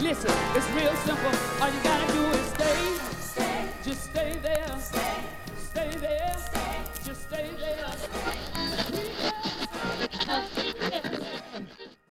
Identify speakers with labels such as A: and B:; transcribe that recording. A: Listen, it's real simple. All you gotta do is stay. Just stay there. Stay there. Just stay there.